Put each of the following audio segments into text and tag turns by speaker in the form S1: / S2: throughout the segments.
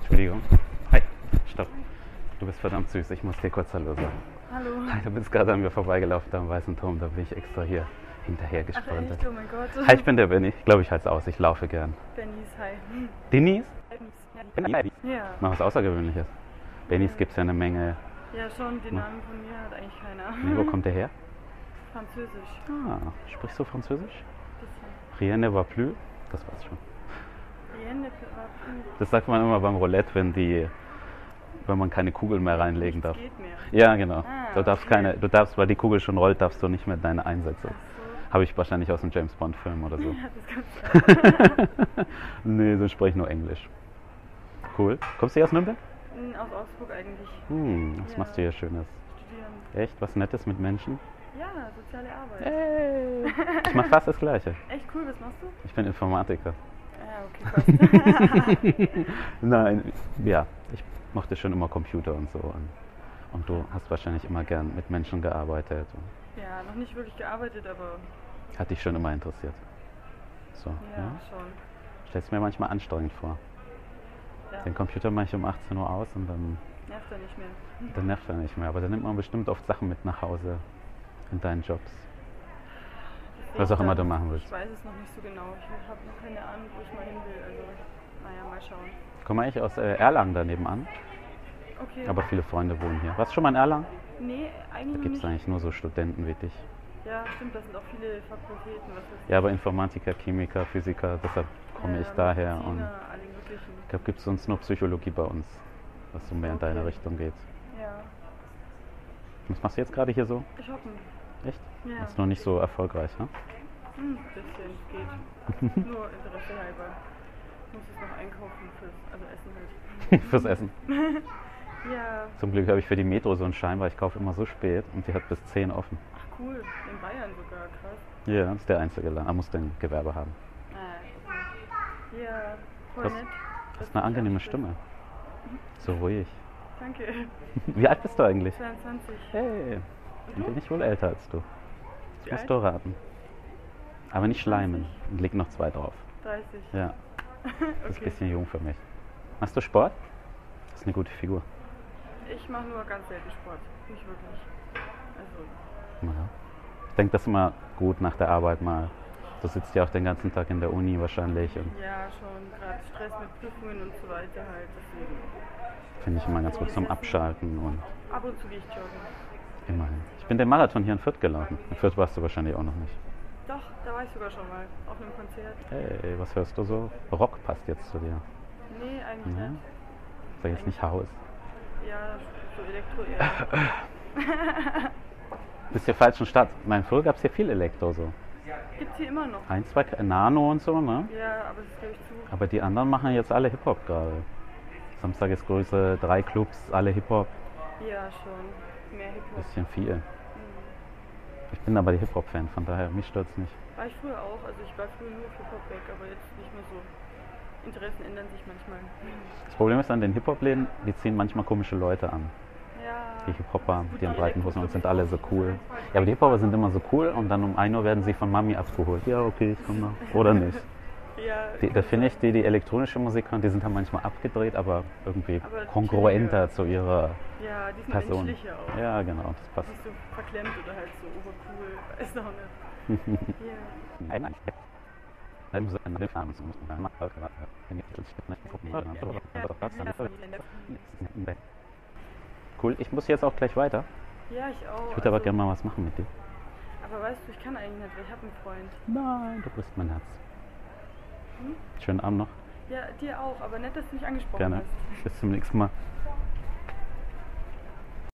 S1: Entschuldigung. Hi, stopp. Du bist verdammt süß, ich muss dir kurz Hallo sagen.
S2: Hallo.
S1: Hi, du bist gerade an mir vorbeigelaufen da am Weißen Turm, da bin ich extra hier hinterher
S2: Ach,
S1: gesprintet.
S2: echt? Oh mein Gott.
S1: Hi, ich bin der Benny. Ich glaube, ich halte es aus, ich laufe gern.
S2: Bennys, hi.
S1: Denise?
S2: Ja. Ja.
S1: Mal was Außergewöhnliches. Bennys gibt es ja eine Menge.
S2: ja, schon, den Namen von mir hat eigentlich keiner.
S1: Nee, wo kommt der her?
S2: Französisch.
S1: Ah, sprichst du Französisch?
S2: Bisschen.
S1: Rien ne va plus? Das war's schon.
S2: Rienne war gut.
S1: Das sagt man immer beim Roulette, wenn die, wenn man keine Kugeln mehr reinlegen darf.
S2: Geht mir.
S1: Ja, genau.
S2: Ah,
S1: Du darfst
S2: okay.
S1: keine, du darfst, weil die Kugel schon rollt, darfst du nicht mehr deine Einsätze.
S2: Ach so. Also.
S1: Habe ich wahrscheinlich aus dem James Bond Film oder so.
S2: Ja, das kannst du.
S1: nee, so spreche ich nur Englisch. Cool. Kommst du hier aus Nürnberg?
S2: Hm, Aus Augsburg eigentlich
S1: Hm, was
S2: Ja.
S1: machst du hier Schönes?
S2: studieren.
S1: Echt? Was Nettes mit Menschen?
S2: Ja, soziale Arbeit.
S1: Hey. Ich mach fast das Gleiche.
S2: Echt cool, was machst du?
S1: Ich bin Informatiker.
S2: Ja, okay, passt.
S1: Nein, ja, ich mochte schon immer Computer und so. Und, und du hast wahrscheinlich immer gern mit Menschen gearbeitet. Und
S2: ja, noch nicht wirklich gearbeitet, aber
S1: hat dich schon immer interessiert. So,
S2: ja,
S1: ja.
S2: schon.
S1: Stellst mir manchmal anstrengend vor.
S2: Ja.
S1: Den Computer mache ich um 18 Uhr aus und dann,
S2: Nervt er nicht mehr.
S1: dann nervt er nicht mehr. Aber dann nimmt man bestimmt oft Sachen mit nach Hause in deinen Jobs. Was auch immer du machen willst.
S2: Ich weiß es noch nicht so genau. Ich habe noch keine Ahnung, wo ich mal hin will. Also, naja, mal schauen.
S1: Ich komme eigentlich aus äh, Erlangen daneben an,
S2: Okay.
S1: aber viele Freunde wohnen hier. Warst du schon mal in Erlangen?
S2: nee,
S1: Da
S2: eigentlich
S1: gibt es
S2: noch nicht.
S1: eigentlich nur so Studenten wie dich.
S2: Ja, stimmt, das sind auch viele Fakultäten. Was weiß
S1: Ja, aber Informatiker, Chemiker, Physiker, deshalb
S2: ich.
S1: komme ich
S2: Äh,
S1: daher. Und
S2: Mediziner, alle möglichen.
S1: ich glaube, gibt es sonst nur Psychologie bei uns, was so mehr in deine
S2: Okay.
S1: Richtung geht.
S2: Ja,
S1: Was machst du jetzt gerade hier so?
S2: ich hoffen.
S1: Echt?
S2: Ja,
S1: Das ist noch nicht so erfolgreich, ne?
S2: hm, bisschen geht. Nur Interesse halber. Muss es noch einkaufen fürs, also Essen halt.
S1: Fürs Essen.
S2: Ja,
S1: Zum Glück habe ich für die Metro so einen Schein, weil ich kaufe immer so spät und die hat bis 10 offen.
S2: ach cool. In Bayern sogar, krass.
S1: Ja, das ist der einzige Laden. Er muss den Gewerbe haben.
S2: Äh, ja, voll
S1: Das-
S2: nett.
S1: Das ist eine angenehme Stimme. So ruhig.
S2: Danke.
S1: Wie alt bist du eigentlich?
S2: 22.
S1: Hey, dann bin ich wohl älter als du.
S2: Wie
S1: Das musst
S2: alt?
S1: du raten. Aber nicht schleimen. Und leg noch zwei drauf.
S2: 30.
S1: Ja, das ist ein
S2: Okay.
S1: bisschen jung für mich. Machst du Sport? Das ist eine gute Figur.
S2: Ich mache nur ganz selten Sport. Nicht wirklich. Also,
S1: Ja. Ich denke, das ist immer gut nach der Arbeit mal. Du sitzt ja auch den ganzen Tag in der Uni wahrscheinlich und
S2: ja, schon gerade Stress mit Prüfungen und so weiter halt. Deswegen.
S1: finde ich immer ganz gut zum Abschalten und
S2: Ab und zu gehe ich joggen.
S1: immerhin. Ich bin den Marathon hier in Fürth gelaufen. In Fürth warst du wahrscheinlich auch noch nicht.
S2: Doch, da war ich sogar schon mal. Auf einem Konzert.
S1: Hey, was hörst du so? Rock passt jetzt zu dir.
S2: Nee, eigentlich
S1: Ja.
S2: nicht.
S1: Sag jetzt nicht Haus.
S2: Ja, so Elektro eher.
S1: Bist der falschen Stadt. In meinem Früher gab es hier viel Elektro so.
S2: Gibt's hier immer noch.
S1: Ein, zwei K- Nano und so, ne?
S2: Ja, aber das ist, glaube ich, zu.
S1: Aber die anderen machen jetzt alle Hip-Hop gerade. Samstag ist Größe, drei Clubs, alle Hip-Hop.
S2: Ja, schon. Mehr Hip-Hop.
S1: Bisschen viel.
S2: Mhm.
S1: Ich bin aber die Hip-Hop-Fan, von daher, mich stört's nicht.
S2: War ich früher auch. Also, ich war früher nur auf Hip-Hop weg, aber jetzt nicht mehr so. Interessen ändern sich manchmal.
S1: Das Problem ist an den Hip-Hop-Läden, die ziehen manchmal komische Leute an.
S2: Ja.
S1: Die Hip-Hopper, die in breiten Hosen und sind alle so cool. Ja, aber die Hip-Hopper sind immer so cool und dann um 1 Uhr werden sie von Mami abgeholt. Ja, okay, ich komme noch. Oder nicht.
S2: Ja,
S1: Die, da finde ich, die, die elektronische Musik hören, die sind dann manchmal abgedreht, aber irgendwie
S2: Aber
S1: kongruenter zu ihrer
S2: ja, die sind
S1: Person.
S2: menschlicher auch.
S1: Ja, genau, das passt.
S2: Nicht so verklemmt oder halt so obercool. Weiß auch nicht. Ja.
S1: Cool, ich muss jetzt auch gleich weiter.
S2: ja, ich auch. also,
S1: Ich würde aber gerne mal was machen mit dir.
S2: Aber weißt du, ich kann eigentlich nicht, weil ich habe einen Freund.
S1: Nein, du bist mein Herz. Schönen Abend noch.
S2: Ja, dir auch, aber nett, dass du mich angesprochen
S1: Gerne.
S2: hast.
S1: Bis zum nächsten Mal.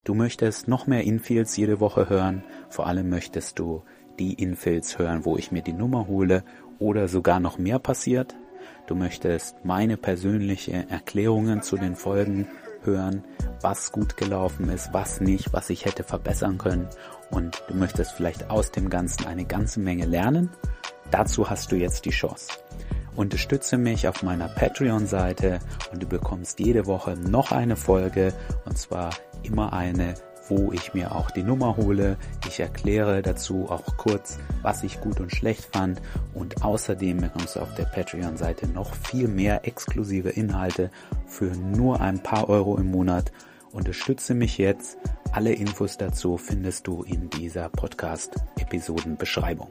S3: Du möchtest noch mehr Infills jede Woche hören. Vor allem möchtest du die Infills hören, wo ich mir die Nummer hole oder sogar noch mehr passiert. Du möchtest meine persönliche Erklärungen zu den Folgen hören, was gut gelaufen ist, was nicht, was ich hätte verbessern können. Und du möchtest vielleicht aus dem Ganzen eine ganze Menge lernen. Dazu hast du jetzt die Chance. Unterstütze mich auf meiner Patreon-Seite und du bekommst jede Woche noch eine Folge und zwar immer eine wo ich mir auch die Nummer hole. Ich erkläre dazu auch kurz, was ich gut und schlecht fand. Und außerdem bekommst du auf der Patreon-Seite noch viel mehr exklusive Inhalte für nur ein paar Euro im Monat. Unterstütze mich jetzt. Alle Infos dazu findest du in dieser Podcast-Episodenbeschreibung.